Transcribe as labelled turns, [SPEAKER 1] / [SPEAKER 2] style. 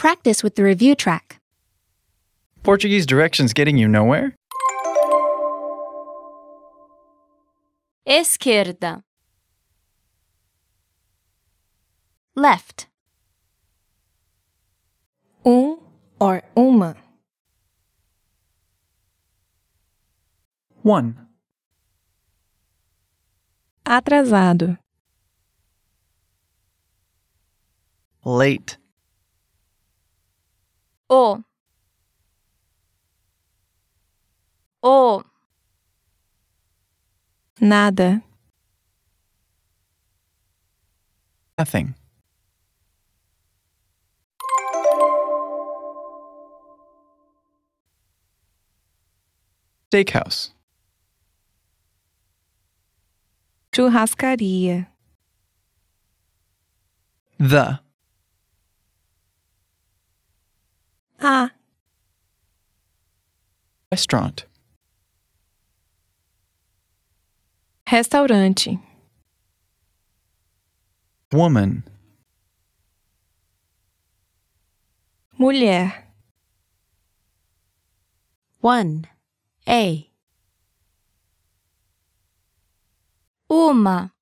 [SPEAKER 1] practice with the review track.
[SPEAKER 2] Portuguese directions getting you nowhere?
[SPEAKER 3] Esquerda.
[SPEAKER 1] Left.
[SPEAKER 4] um or uma,
[SPEAKER 2] One.
[SPEAKER 4] atrasado,
[SPEAKER 2] Late.
[SPEAKER 3] O. O.
[SPEAKER 4] nada,
[SPEAKER 2] Nothing. Steakhouse.
[SPEAKER 4] churrascaria,
[SPEAKER 2] The.
[SPEAKER 4] a,
[SPEAKER 2] Restaurant.
[SPEAKER 4] restaurante,
[SPEAKER 2] Woman.
[SPEAKER 4] mulher,
[SPEAKER 5] One. A.
[SPEAKER 3] Uma.